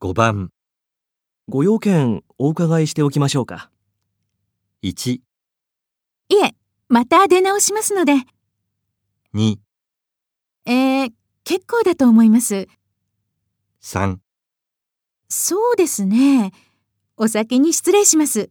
5番ご用件お伺いしておきましょうか。 1、いえ、また出直しますので、 2、えー、結構だと思います。 3そうですね。お先に失礼します。